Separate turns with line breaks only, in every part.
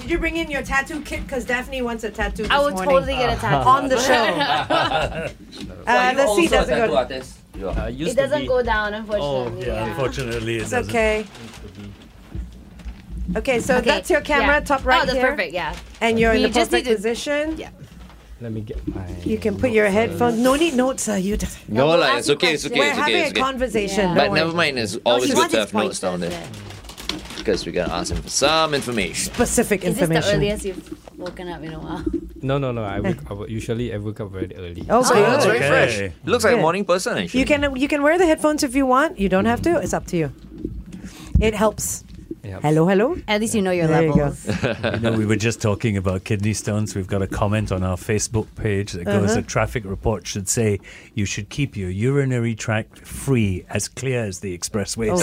Did you bring in your tattoo kit? Because Daphne wants a tattoo this
I will
morning. Uh-huh.
totally get a tattoo.
On the show. Uh,
you
the sea
also
doesn't
tattoo
go.
artist. You are.
I Uh, used
It
to
doesn't
be-
go down,
Oh
unfortunately.
yeah, unfortunately it
It's
doesn't.
okay. Okay, so
Okay,
that's your camera,
yeah.
top right
Oh, that's
here,
perfect. Yeah.
and you're in
You
the
just
perfect
need to-
position.
Yeah.
Let me get my.
You can put your headphones. No need notes, sir. You. Just...
No,
No,
we'll
like,
ask
it's
you
okay, it's
questions.
okay,
We're
it's
having
okay,
a
it's okay.
conversation.
Yeah.
don't
But never
worry.
mind, it's
Oh,
always
she
good
wants
to
his
have notes
points.
down
that's
there
it.
because we gotta ask him for some information.
Specific
Is this
information.
the earliest you've woken up in a while?
No, no, no. I, wake, I wo- usually I wake up very early.
Oh,
So
good.
it's very
Okay.
fresh. Looks like
Good.
a morning person actually.
You can you can wear the headphones if you want. You don't have to. It's up to you. It helps.
Yeah.
Hello, hello.
At least you know your
There you go.
levels.
You know, we were just talking about kidney stones. We've got a comment on our Facebook page that goes: a traffic report should say you should keep your urinary tract free, as clear as the expressways.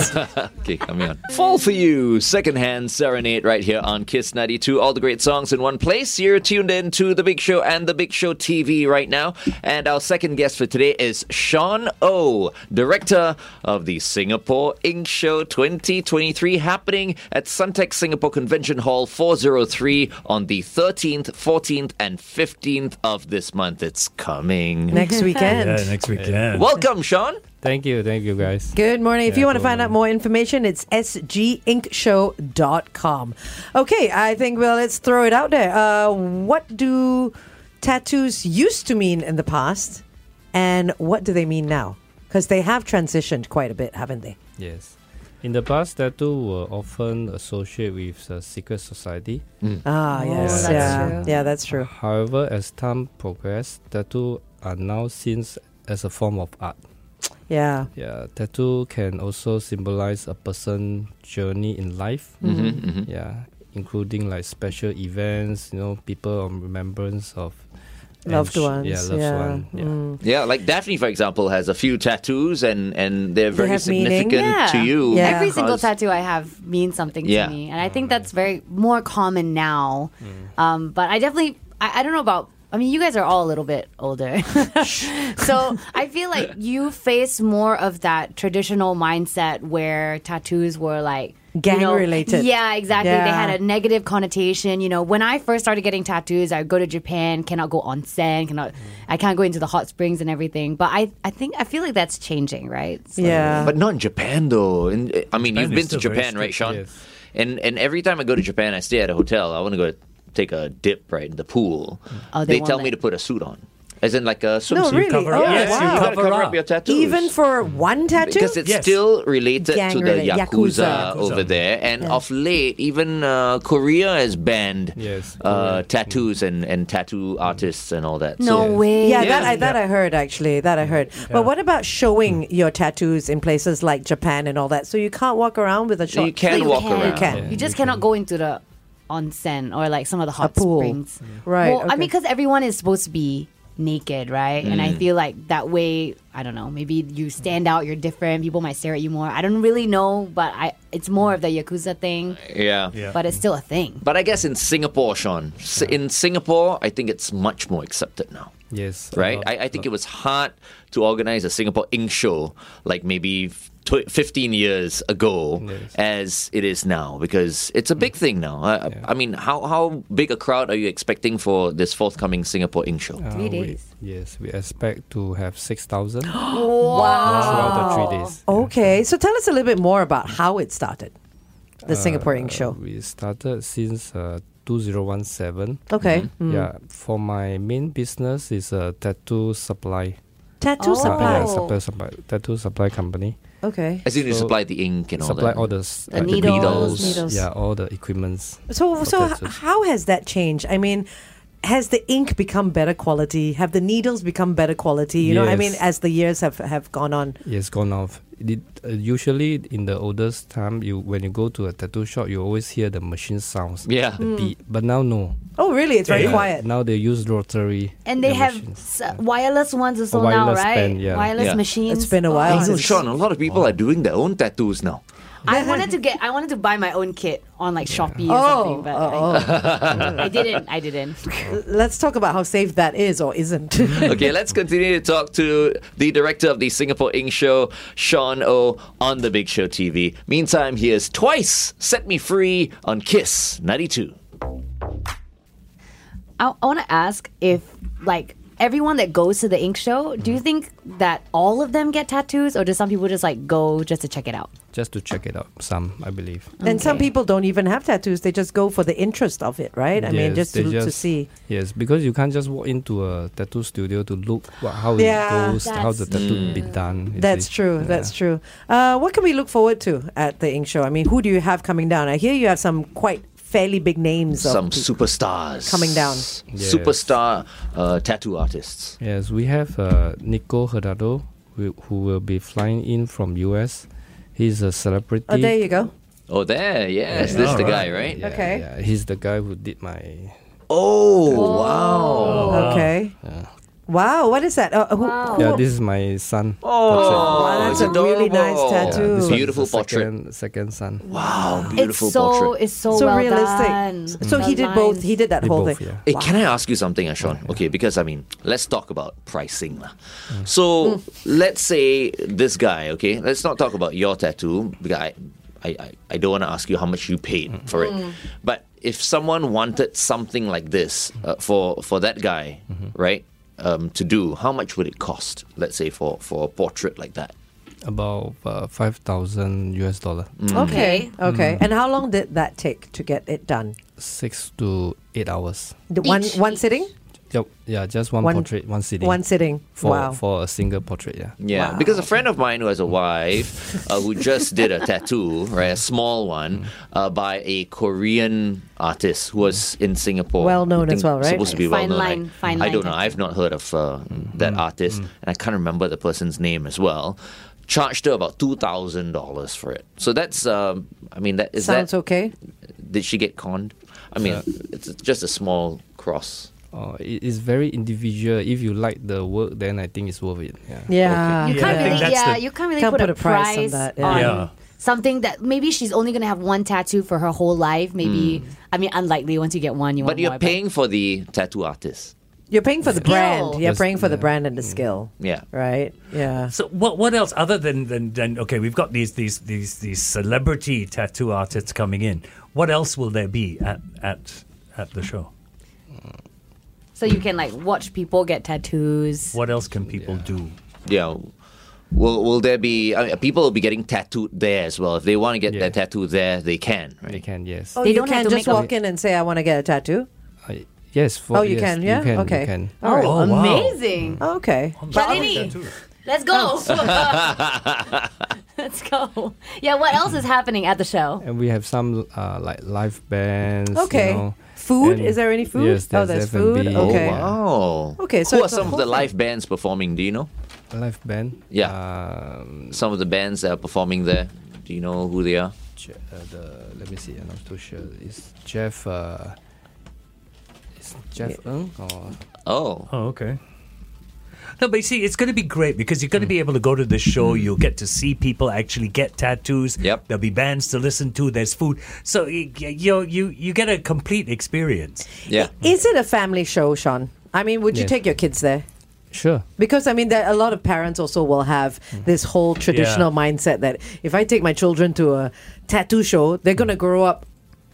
Okay, coming on. Fall for You, secondhand serenade right here on Kiss 92. All the great songs in one place. You're tuned in to The Big Show and The Big Show TV right now. And our second guest for today is Sean O, director of the Singapore Ink Show 2023 happening at Suntec Singapore Convention Hall 403 on the 13th, 14th, and 15th of this month. It's coming.
Next weekend.
yeah, next weekend.
Welcome, Sean.
Thank you, thank you guys.
Good morning. if
Yeah,
you want to
good
find out more information, it's sginkshow.com. Okay, I think, well, let's throw it out there. Uh, what do tattoos used to mean in the past, and what do they mean now? Because they have transitioned quite a bit, haven't they?
Yes. In the past, tattoo were often associated with the secret society.
Ah, yes.
Oh, that's
yeah.
true.
yeah, that's true.
However, as time progressed, tattoo are now seen as a form of art.
Yeah.
Yeah, tattoo can also symbolize a person's journey in life.
Mm-hmm,
Yeah, including like special events, you know, people on remembrance of and
Loved
sh-
ones.
Yeah, loved
yeah.
one. Yeah.
Mm.
Yeah, like Daphne, for example, has a few tattoos, and and they're very
have meaning.
significant to you.
Yeah.
Every single
because-
tattoo I have means something
Yeah.
to me, and I think that's very more common now.
Mm.
Um, but I definitely, I, I don't know about. I mean, you guys are all a little bit older, so I feel like you face more of that traditional mindset where tattoos were like. you
Gang
know-
related.
Yeah, exactly. They
Yeah.
had a negative connotation. You know, when I first started getting tattoos, I would go to Japan, cannot go onsen, cannot, I can't go into the hot springs and everything. But I, I think, I feel like that's changing, right? So-
Yeah.
But not in Japan, though. In, I mean,
Japan
you've
is
been to
still very
Japan, right,
strict,
Sean?
yes.
And and every time I go to Japan, I stay at a hotel. I want to go take a dip right in the pool.
Oh, they
they
won't
tell me
let-
to put a suit on, as in like a swimsuit.
no, really?
cover
oh,
up. Yes,
wow.
You gotta
Cover
cover
up.
up your tattoos.
Even for one tattoo?
because it's
Yes.
still related
Gang
to the
related. Yakuza.
yakuza,
Yakuza.
over there, and
Yeah.
of late, even uh, Korea has banned
Yes,
uh,
Korea.
tattoos and, and tattoo artists and all that.
No
so,
way.
Yeah, that
Yeah.
I, that I heard actually. That I heard. But what about showing your tattoos in places like Japan and all that? So you can't walk around with a short.
you can
you
walk
can.
around.
You can.
You just cannot go into the onsen or like some of the hot
pool.
springs.
Right,
Well, I
okay.
mean, because everyone is supposed to be naked, right? And
Mm.
I feel like that way, I don't know, maybe you stand out, you're different, people might stare at you more. I don't really know, but I it's more of the Yakuza thing,
Yeah.
Yeah.
but it's still a thing.
But I guess in Singapore, Sean, S in Singapore, I think it's much more accepted now.
Yes. a
Right?
lot-
I, I think it was hard to organize a Singapore ink show like maybe tw- 15 years ago
Yes. Mm.
as it is now because it's a big thing now. I, I- I mean, how, how big a crowd are you expecting for this forthcoming Singapore ink show?
uh,
Three
we-
days.
yes, we expect to have six thousand
Wow.
throughout the three days.
Oh, Okay, so tell us a little bit more about how it started, the Singapore Ink
mm-hmm.
Uh,
Show.
we started since uh, 2017.
Okay, Mm.
Yeah, for my main business is a tattoo supply.
tattoo
Oh.
Uh, yeah,
supply.
supply, supply, tattoo supply company.
Okay,
As in, you
So-
supply the ink and all
supply
that.
all the, s-
The
like
needles,
needles.
Yeah, all the equipments.
so so h-
tattoos.
how has that changed? I mean. Has the ink become better quality? Have the needles become better quality? You know, I
Yes.
mean, as the years have, have gone on.
Yes, gone off. It, uh, usually in the oldest time, you when you go to a tattoo shop, you always hear the machine sounds.
Yeah.
the beat. But now no. Uh,
Oh, really? It's very
Yeah.
Hmm. quiet.
Now they use rotary.
And they
the
have
machines.
s- wireless ones also now,
wireless
right?
pen, yeah.
Wireless
Yeah.
machines.
It's been a while
Oh,
Oh,
since-
Sean, a lot of people are doing their own tattoos now.
I wanted to get. I wanted to buy my own kit on like Shopee or
Oh,
something, but I, I didn't. I didn't.
Let's talk about how safe that is or isn't.
okay, let's continue to talk to the director of the Singapore Ink Show, Sean O, on the Big Show TV. Meantime, here's twice Set Me Free on Kiss 92.
I, I want to ask if like everyone that goes to the Ink Show, do
Mm-hmm.
you think that all of them get tattoos, or do some people just like go just to check it out?
just to check it out. Some, I believe.
And some
Okay.
people don't even have tattoos. They just go for the interest of it, right? I mean,
Yes,
just
they
to, to see.
Yes, because you can't just walk into a tattoo studio to look what, how
Yeah.
it goes, how the tattoo will be done. you
That's
see.
true. That's
Yeah.
true. Uh, what can we look forward to at the Ink Show? I mean, who do you have coming down? I hear you have some quite fairly big names. of
Some
pe-
superstars
coming down.
Yes.
Superstar uh, tattoo artists.
Yes, we have uh, Nico Hurtado, who, who will be flying in from US. He's a celebrity.
Oh, there you go.
Oh, there, yes, this the guy,
Alright.
right?
Yeah,
Okay.
Yeah, he's the guy who did my.
Oh, wow!
Oh,
Okay. Wow, what is that? Uh, who, who-
Yeah, this is my son.
Oh,
Wow, that's a really nice
adorable.
That's it.
tattoo.
this one is
Beautiful
the
portrait.
Second, second son.
Wow, beautiful
it's so
portrait.
it's so,
so
well
realistic.
done.
So he
The
did both.
lines.
He did that
Did
whole
both,
thing.
yeah.
Eh, Can I ask you something, Ashon? Okay, because I mean, let's talk about pricing. lah. So let's say this guy, okay, let's not talk about your tattoo. Because I, I, I, I don't want to ask you how much you paid for it. But if someone wanted something like this uh, for, for that guy, right, um, to do, how much would it cost, let's say, for, for a portrait like that?
About uh, 5,000 US dollar.
Mm.
Okay. Okay.
Mm-hmm.
And how long did that take to get it done?
Six to eight hours.
The one
Each-
one
each.
sitting?
Yep. Yeah, just one,
One-
portrait, one sitting.
One sitting.
For,
wow.
for a single portrait, yeah.
Yeah, because a friend of mine who has a wife uh, who just did a tattoo, right, a small one, uh, by a Korean artist who was in Singapore.
Well known
I think
as well, right?
Supposed to be
Fine
well known. I-
line- fine
I,
line
don't know.
tattoo.
I've not heard of uh, that artist, and I can't remember the person's name as well. Charged her about two thousand dollars for it. So that's, um, I mean, that is
Sounds
that.
okay.
Did she get conned? I mean, it's just a small cross.
Oh, it is very individual. If you like the work, then I think it's worth it. Yeah.
Yeah.
You
Yeah,
can't
I think
really,
that's
yeah,
the-
you can't really
Can't
put, a price, on,
that, yeah.
Yeah.
something that maybe she's only gonna have one tattoo for her whole life. Maybe I mean, unlikely. Once you get one, you
Hmm. But
want
you're
more,
paying for the tattoo artist.
You're paying for the
Skill. Mm.
brand. You're
Just-
paying for the
yeah.
brand and the skill.
Yeah.
Right? Yeah.
So what what else other than, than than okay, we've got these these these these celebrity tattoo artists coming in. What else will there be at at at the show?
so you can like watch people get tattoos.
What else can people do?
Yeah. Will will there be I mean, people will be getting tattooed there as well? If they want to get their
Yeah.
tattoo there, they can, right?
They can, yes.
Oh,
They
you
don't have
can
to
just
make a-
walk in and say, I want to get a tattoo?
I- Uh, yes. For,
Oh, you
yes,
can, yeah?
You can,
okay.
You can.
All right.
Oh, wow.
Amazing.
Okay.
Shalini, let's go. let's go. Yeah. What else is happening at the show?
And we have some uh, like live bands. you
Okay.
know,
Food?
and-
Is there any food?
Yes,
Oh,
there's
there's
F&B,
food.
Oh
Okay.
wow.
Okay, so
who are
it's a
some of
whole
the
thing.
live bands performing? Do you know
Live band.
Yeah.
Um,
some of the bands that are performing there? Do you know who they are?
Je- uh, the, let me see. I'm not too sure. It's Jeff. Uh, it's Jeff Ng or
Oh,
Oh, okay. No, but you see, it's going to be great because you're going to be able to go to the show. You'll get to see people actually get tattoos.
Yep.
There'll be bands to listen to. There's food, so y- y- you you you get a complete experience.
yeah.
Is it a family show, Sean? I mean, would you
Yes.
take your kids there?
sure.
Because I mean, there, a lot of parents also will have
Mm.
this whole traditional mindset that if I take my children to a tattoo show, they're gonna grow up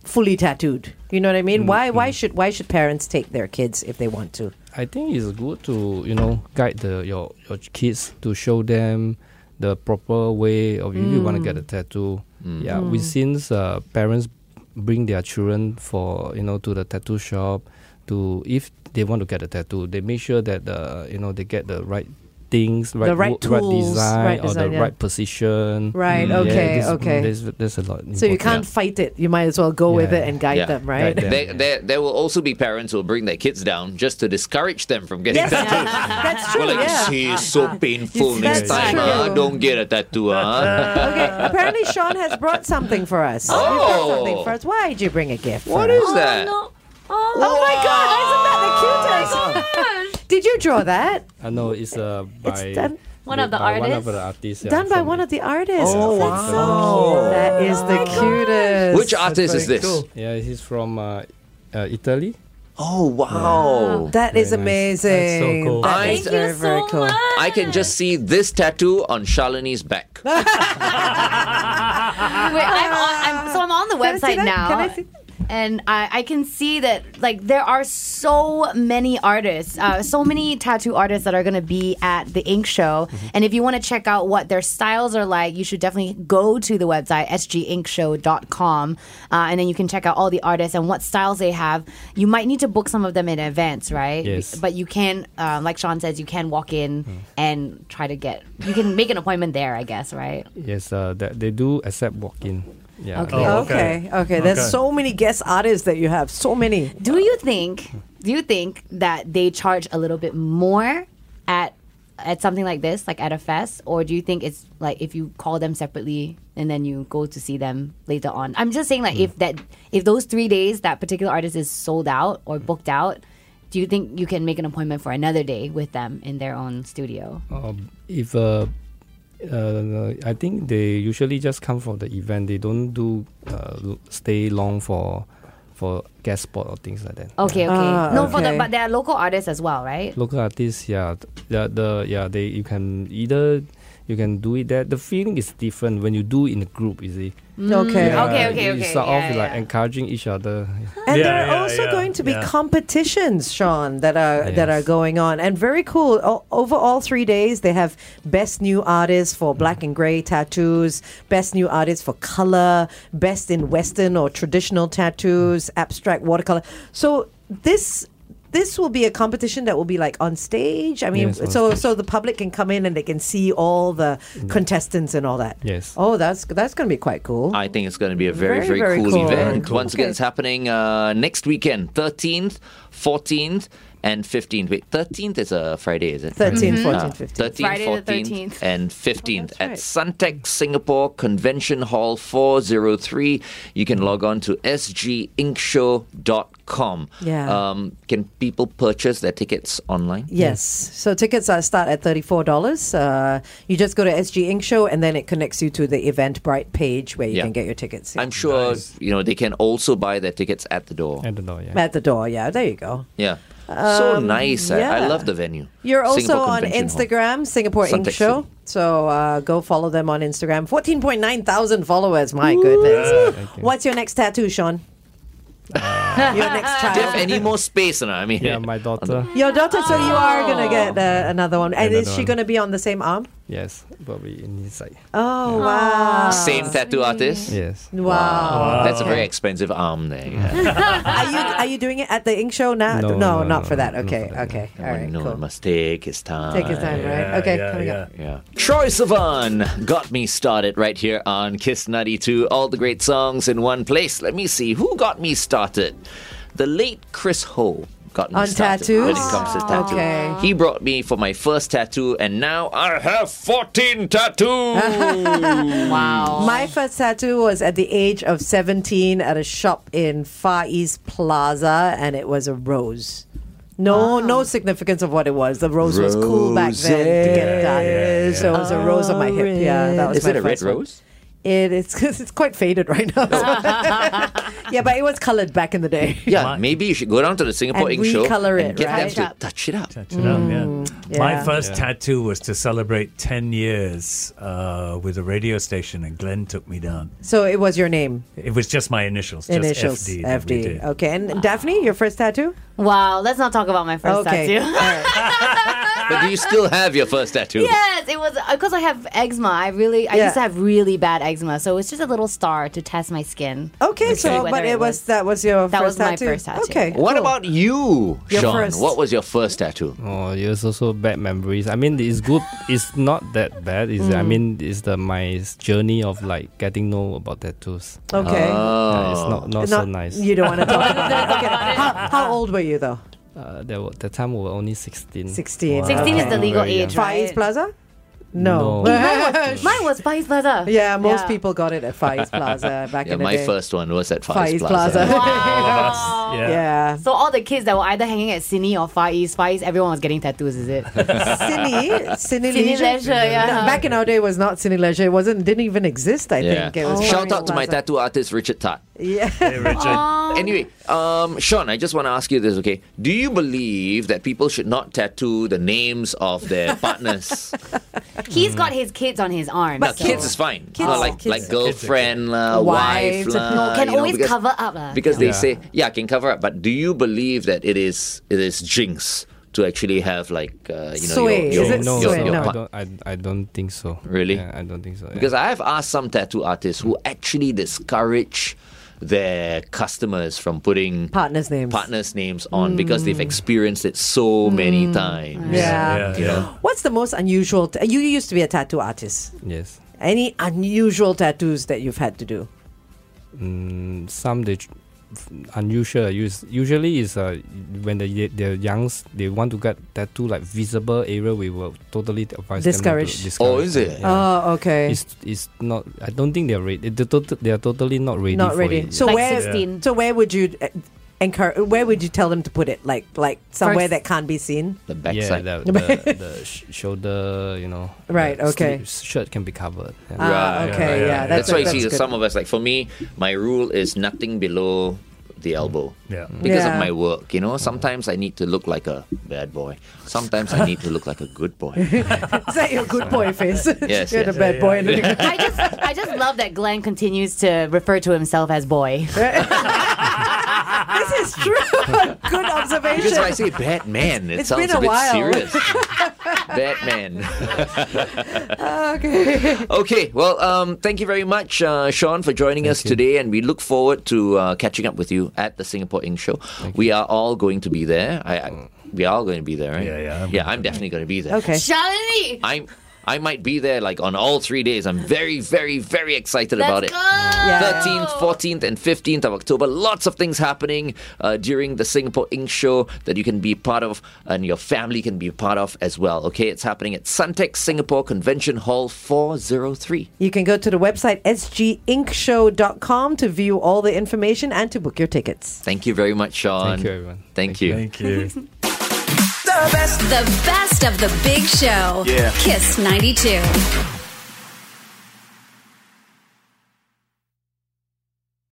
fully tattooed. You know what I mean?
Mm,
Why? Why should? Why should parents take their kids if they want to?
I think it's good to you know guide the your your kids to show them the proper way of if you want to get a
Mm.
tattoo.
Mm.
Yeah, we seen uh, parents bring their children for you know to the tattoo shop to if they want to get a tattoo, they make sure that uh, you know they get the right things, right,
right
wo- right
tools,
design,
right
or
design,
the
yeah.
right position. Mm.
Right,
Yeah,
okay,
this-
okay.
There's, there's a lot.
So you
important.
can't fight it. You might as well go with
Yeah.
it and guide
Yeah.
them, right?
Guide them.
There, there, there will also be parents who will bring their kids down just to discourage them from getting
Yes.
tattoos.
That's
Well,
true.
like,
yeah.
see, it's so painful next
That's
time.
true.
ah, don't get a tattoo. ah.
Okay. Apparently, Sean has brought something for us. You brought something for us. Why would you bring a gift?
Oh. What
for us?
is that?
Oh,
Oh my God! Isn't that
Oh
the cutest? Did you draw that?
I know it's uh, by
done-
One of the
by One
artists?
of the artists. yeah,
Done by
from-
one of the artists.
Oh,
That's so
wow.
cute. That is the cutest.
Oh Which artist is
very
this?
cool.
Yeah, he's from uh, uh, Italy.
Oh wow.
That is
Very nice.
amazing.
That's so cool.
That
Thank
is
you
very,
so
very cool.
much.
I can just see this tattoo on Shalini's back.
Ah.
Wait, I'm on, I'm, so I'm on the
Can I see
website
that?
now.
Can I see?
and I, I can see that like there are so many artists, uh, so many tattoo artists that are going to be at the Ink Show. And if you want to check out what their styles are like, you should definitely go to the website sginkshow.com, uh, and then you can check out all the artists and what styles they have. You might need to book some of them in advance, right?
Yes.
But you can, uh, like Sean says, you can walk in and try to get. You can make an appointment there, I guess, right?
Yes, uh, that they do accept walk-in. Yeah.
Okay.
Oh,
okay.
okay.
Okay. There's
Okay.
so many guest artists that you have. So many.
Do you think? Do you think that they charge a little bit more at at something like this, like at a fest, or do you think it's like if you call them separately and then you go to see them later on? I'm just saying, like if that if those three days that particular artist is sold out or booked out, do you think you can make an appointment for another day with them in their own studio?
Um, if uh, uh, I think they usually just come for the event. They don't do uh, l- stay long for for guest spot or things like that.
Okay, okay.
Ah,
no, for the
okay.
but they are local artists as well, right?
Local artists, yeah, th- the, the yeah they you can either you can do it that the feeling is different when you do in a group. You see,
Mm.
Okay.
Yeah,
Mm. Okay, okay,
You
okay,
start
yeah,
off like
yeah.
encouraging each other.
And
Yeah,
there are
yeah,
also
yeah,
going to be
yeah.
competitions, Sean, that are that are
Ah, Yes.
going on, and very cool. O- over all three days, they have best new artists for black and gray tattoos, best new artists for color, best in Western or traditional tattoos, abstract watercolor. So this. This will be a competition that will be like on stage. I mean,
Yes, on
so
stage. Mm.
so the public can come in and they can see all the contestants and all that.
Yes.
Oh, that's that's going to be quite cool.
I think it's going to be a very,
Very,
very,
very
cool,
cool.
event.
Very cool.
Once again, it's happening uh, next weekend 13th, 14th, and 15th. Wait, 13th is a Friday, is it?
13, 14,
Uh,
15.
13th,
Friday the
14th,
13th.
and 15th
Oh,
at
that's
Suntec Singapore Convention Hall 403. You can log on to sginkshow.com.
Yeah.
Um, can people purchase their tickets online?
Yes. So tickets are start at $34. Uh, you just go to SG Ink Show and then it connects you to the Eventbrite page where you
Yeah.
can get your tickets.
I'm sure
Nice.
you know they can also buy their tickets at the door.
I don't know. Yeah.
at the door. Yeah, there you go.
Yeah. so nice. I, I
Um, yeah.
love the venue.
You're also
Singapore
on
Convention Hall.
Instagram, Singapore Ink
Suntec
Show.
City.
So uh, go follow them on Instagram. 14.9 thousand followers. My goodness. What's your next tattoo, Sean? your next
Do you
child.
have any more space? No? I mean,
Yeah, my daughter.
Your daughter, so you are
Oh.
going to get uh, another one. And is
Another
she
one.
going to be on the same arm?
Yes, probably in inside.
Oh, wow.
same tattoo artist.
Yes.
Wow.
That's a very expensive arm there. Yeah.
Are you are you doing it at the ink show now?
No,
No,
no,
not
no,
for that.
no,
Okay,
not for that.
okay, all
Well,
right,
no, it
cool.
must take his time.
Take your time, right?
Yeah,
Okay,
yeah,
coming
yeah.
up.
Yeah. Troy Sivan got me started right here on Kiss 92. All the great songs in one place. Let me see. Who got me started? The late Chris Ho got me
On
started
tattoos? Oh,
when it comes to tattoo.
Okay.
He brought me for my first tattoo, and now I have 14 tattoos.
Wow.
My first tattoo was at the age of 17 at a shop in Far East Plaza, and it was a rose. No, no significance of what it was. The rose was cool back then to get it done.
Roses
So it was a rose on my hip. Yeah, that was
Is
my
it a red
first one.
rose?
It, it's it's quite faded right now. yeah, but it was colored back in the day.
Yeah, maybe you should go down to the Singapore
And
Ink Show
recolor
and
it,
get
right?
them to touch it up.
Touch it up, yeah. My
Mm, yeah.
first tattoo was to celebrate 10 years uh, with a radio station, and Glenn took me down.
So it was your name,
It was just my initials, just
initials, Oh,
FD.
FD.
that we did.
Okay, and Daphne, your first tattoo?
Wow. Let's not talk about my first
okay.
tattoo.
all right.
But do you still have your first tattoo?
Yes, it was because I have eczema. I really, I
Yeah.
used to have really bad eczema, so it was just a little star to test my skin.
Okay, so
Okay.
but
Whether
it
it
was
was-
that was your
That
first
was my
tattoo.
first tattoo.
Okay.
What
cool.
about you,
Your
Sean?
first.
What was your first tattoo?
Oh, it's also bad memories. I mean, it's good. It's not that bad. It's,
Mm.
I mean, it's the my s- journey of like getting know about tattoos.
Okay.
Oh,
Yeah, it's not, not so
Not-
nice.
Oh. You don't want to talk about that. Okay. How, how old were you though?
Uh, there were, the time we were only 16.
16. Wow.
16 is the legal
Very young.
age,
Far
right? Uh,
East Plaza? No.
No.
Mine was Far East Plaza.
yeah, most people got it at Far East Plaza back
Yeah,
in the
my
day.
first one was at Far,
Far
East
East
Plaza.
Plaza.
Wow.
Yeah.
yeah.
Uh, So all the kids that were either hanging at Sydney or Far East, Far East, everyone was getting tattoos. Is it?
Cine, Cine
Sydney
Leisure.
Leisure, yeah.
No, back in our day, it was not Cine Leisure. It wasn't didn't even exist, I
Yeah. Oh,
think. It was Far
Shout
East
out to my
Plaza.
tattoo artist Richard Tutt.
Yeah.
Hey, Richard.
Anyway, um, Sean, I just want to ask you this, okay? Do you believe that people should not tattoo the names of their partners?
He's got his kids on his arm.
But
so-
kids is fine.
Kids-
Uh, like
kids-
like girlfriend, lah, wife,
Wife.
lah,
No, can
you know,
always
because-
cover up, uh. lah.
Because they
Yeah.
say, yeah, can cover up. But do you believe that it is it is jinx to actually have like uh, you know
Soy.
your,
Is
your,
it
no,
your,
soy?
no,
your
No.
I
part-
don't. I, I don't think so.
Really?
Yeah, I don't think so. yeah.
Because I have asked some tattoo artists who actually discourage their customers from putting
Partners' names.
partners' names on because they've experienced it so many times.
Hmm. Yeah.
Yeah,
You
yeah.
know?
What's the most unusual? T- you used to be a tattoo artist.
yes,
Any unusual tattoos that you've had to do?
Mm, some they tr- f- unusual. Us- Usually is uh, when the ye- the youngs they want to get tattoo like visible area. We will totally advise
Discourage.
them not to
Oh,
discourage
is
them,
it?
yeah.
Oh, okay.
It's, it's not. I don't think they're ready. They, tot- they are totally not ready.
Not
for
ready.
It.
So
Like
where?
16.
So where would you uh, encourage? Where would you tell them to put it? Like like somewhere
First-
that can't be seen.
The
yeah,
backside.
the, the, the sh- shoulder, you know.
Right,
the
okay.
sleeve- shirt can be covered. yeah.
Ah,
Yeah,
okay.
yeah,
Yeah.
yeah.
That's,
That's why you
that's
see
good.
some of us like for me, my rule is nothing below the elbow.
Yeah.
Because of
Yeah.
my work, you know, sometimes I need to look like a bad boy. Sometimes I need to look like a good boy.
Is that your good boy face?
Yes,
You're
yes.
the bad boy.
I just, I just love that Glenn continues to refer to himself as boy.
this is true. good observation.
Because when I say Batman,
It's
it sounds
been a
bit
while.
serious. Batman.
okay.
Okay, well, um, thank you very much, uh, Sean, for joining us today, and we look forward to uh, catching up with you at the Singapore Ink Show. we are all going to be there. I, I, we are all going to be there, right?
Yeah, yeah, I'm
yeah, I'm definitely going to be there.
Okay.
Shalini!
I'm. I might be there like on all three days. I'm very, very, very excited about it.
Let's go!
Yeah.
13th,
Oh.
14th, and 15th of October. Lots of things happening uh, during the Singapore Ink Show that you can be part of and your family can be part of as well. Okay, it's happening at Suntec Singapore Convention Hall 403.
You can go to the website sginkshow.com to view all the information and to book your tickets.
Thank you very much, Sean.
Thank you, everyone.
Thank you.
Thank you.
The best of the big show. Yeah. Kiss 92.